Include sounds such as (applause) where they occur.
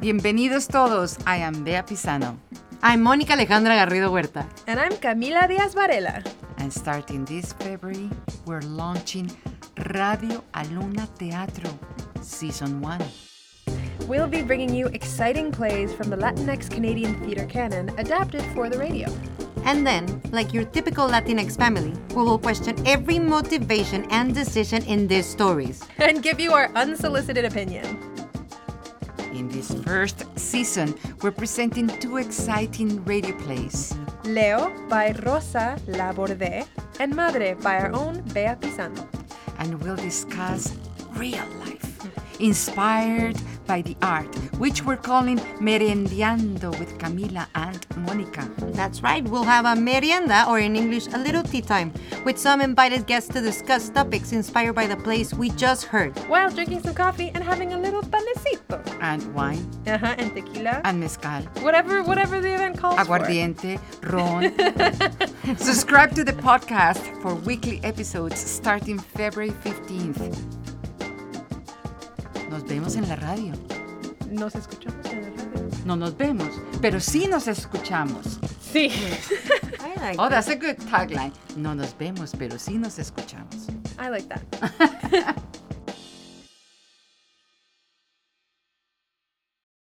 Bienvenidos todos. I am Bea Pisano. I'm Mónica Alejandra Garrido Huerta. And I'm Camila Díaz Varela. And starting this February, we're launching Radio Aluna Teatro, Season 1. We'll be bringing you exciting plays from the Latinx Canadian theater canon adapted for the radio. (laughs) And then, like your typical Latinx family, we will question every motivation and decision in these stories. And give you our unsolicited opinion. In this first season, we're presenting two exciting radio plays Leo by Rosa Laborde and Madre by our own Bea Pisano. and we'll discuss real life, inspired by the art, which we're calling Merendiando with Camila and Monica. That's right, we'll have a merienda, or in English, a little tea time, with some invited guests to discuss topics inspired by the plays we just heard. While drinking some coffee and having a little panecito. And wine, Uh-huh, and tequila. and mezcal, whatever whatever the event calls Ah. aguardiente, ron. (laughs) Subscribe to the podcast for weekly episodes starting February 15th. Nos vemos en la radio. for. Nos escuchamos en el radio. No nos vemos, pero sí nos escuchamos. (laughs) Sí. I like Oh, that's a good tagline. No nos vemos, pero sí nos escuchamos. I like that.